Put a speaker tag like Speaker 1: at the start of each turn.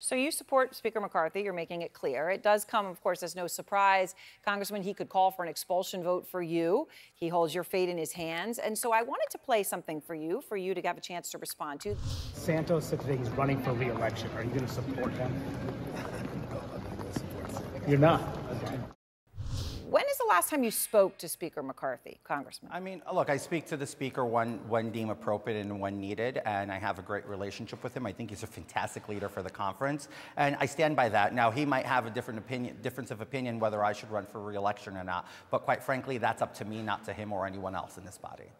Speaker 1: So you support Speaker McCarthy. You're making it clear. It does come, of course, as no surprise. Congressman, he could call for an expulsion vote for you. He holds your fate in his hands. And so I wanted to play something for you, for you to have a chance to respond to.
Speaker 2: Santos said today he's running for re-election. Are you going to support him? You're not. Okay.
Speaker 1: When is the last time you spoke to Speaker McCarthy, Congressman?
Speaker 3: I mean, look, I speak to the speaker when, when deemed appropriate and when needed, and I have a great relationship with him. I think he's a fantastic leader for the conference, and I stand by that. Now, he might have a different opinion, difference of opinion whether I should run for re-election or not, but quite frankly, that's up to me, not to him or anyone else in this body.